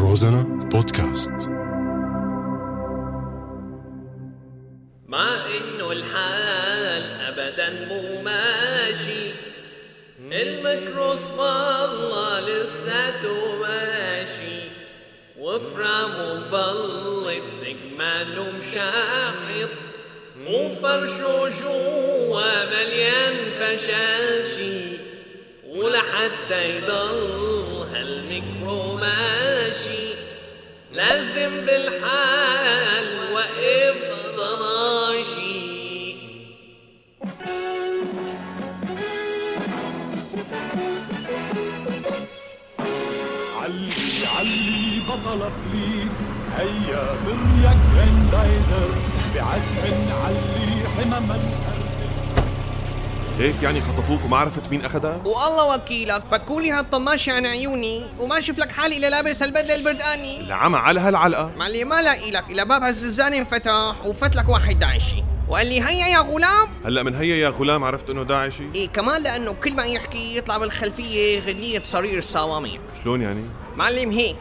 روزانا بودكاست مع انه الحال ابدا مو ماشي الميكروس والله لساته ماشي وفرامه مبلط سجمانه مشاحط وفرشه جوا مليان فشاشي ولحتى يضل هالميكرو ماشي لازم بالحال وقف ضناشي علي علي بطل فليت هيا بريك جراندايزر بعزم علي حمم هيك يعني خطفوك وما عرفت مين اخدها؟ والله وكيلك فكولي هالطماشة عن عيوني وما شف لك حالي الا لابس هالبدلة البردقاني العمى على هالعلقه معلي ما لاقي لك الا باب هالزنزانة انفتح وفت لك واحد داعشي وقال لي هيا يا غلام هلا من هيا يا غلام عرفت انه داعشي ايه كمان لانه كل ما يحكي يطلع بالخلفية غنية صرير الصوامع شلون يعني معلم هيك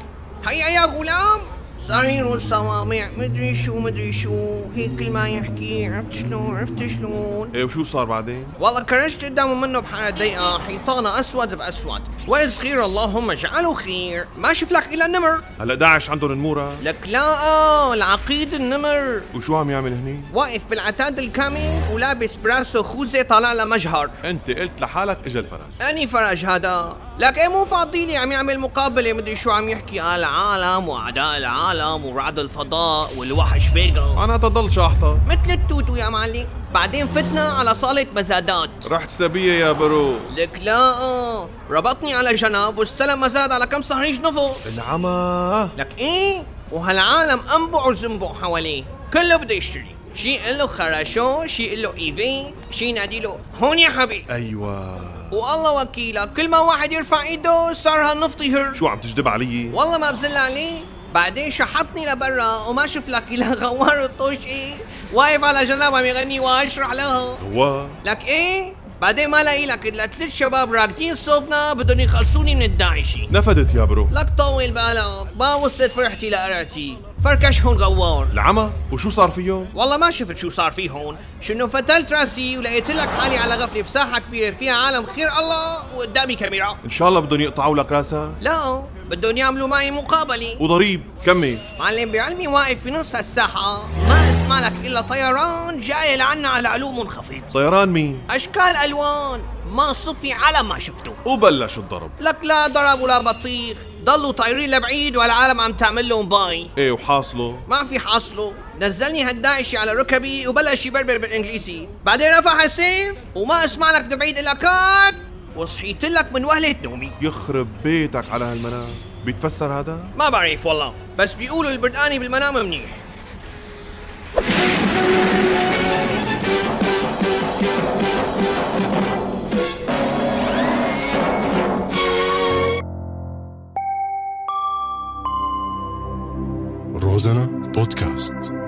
هيا يا غلام صرير الصوامع مدري شو مدري شو هيك كل ما يحكي عرفت شلون عرفت شلون ايه وشو صار بعدين والله كرشت قدامه منه بحالة ضيقة حيطانة أسود بأسود وإذ خير اللهم اجعله خير ما شف لك إلا النمر هلا داعش عندهم النموره لك لا آه، العقيد النمر وشو عم يعمل هني واقف بالعتاد الكامل ولابس براسه خوذة طالع له مجهر انت قلت لحالك اجا الفرج أني فرج هذا لك ايه مو فاضيلي عم يعمل مقابلة مدري شو عم يحكي على العالم وأعداء العالم ورعد الفضاء والوحش فيجا انا تضل شاحطه مثل التوتو يا معلم بعدين فتنا على صالة مزادات رحت سبيه يا برو لك لا آه، ربطني على جنب واستلم مزاد على كم صهريج نفط العمى لك ايه وهالعالم انبع وزنبع حواليه كله بده يشتري شي قال له خرشو شي قال له ايفين شي نادي له هون يا حبيب ايوه والله وكيلك كل ما واحد يرفع ايده صار هالنفط يهر شو عم تجدب علي والله ما بزل عليه بعدين شحطني لبرا وما شف لك الا غوار الطوشي واقف على جنب عم يغني واشرح لها هو لك ايه بعدين ما لاقي لك الا ثلاث شباب راكدين صوبنا بدهم يخلصوني من الداعشي نفدت يا برو لك طول بالك ما وصلت فرحتي لقرعتي فركش هون غوار العمى وشو صار فيه؟ والله ما شفت شو صار في هون شنو فتلت راسي ولقيت لك حالي على غفله بساحه كبيره فيها عالم خير الله وقدامي كاميرا ان شاء الله بدهم يقطعوا لك راسها لا بدهم يعملوا معي مقابله وضريب كمل معلم بعلمي واقف بنص الساحه ما اسمع لك الا طيران جاي لعنا على علوم منخفض طيران مين؟ اشكال الوان ما صفي على ما شفته وبلش الضرب لك لا ضرب ولا بطيخ ضلوا طايرين لبعيد والعالم عم تعمل لهم باي ايه وحاصله ما في حاصله نزلني هالداعشي على ركبي وبلش يبربر بالانجليزي بعدين رفع السيف وما اسمع لك بعيد الا كات وصحيت لك من وهلة نومي يخرب بيتك على هالمنام بيتفسر هذا؟ ما بعرف والله بس بيقولوا البردقاني بالمنام منيح روزانا بودكاست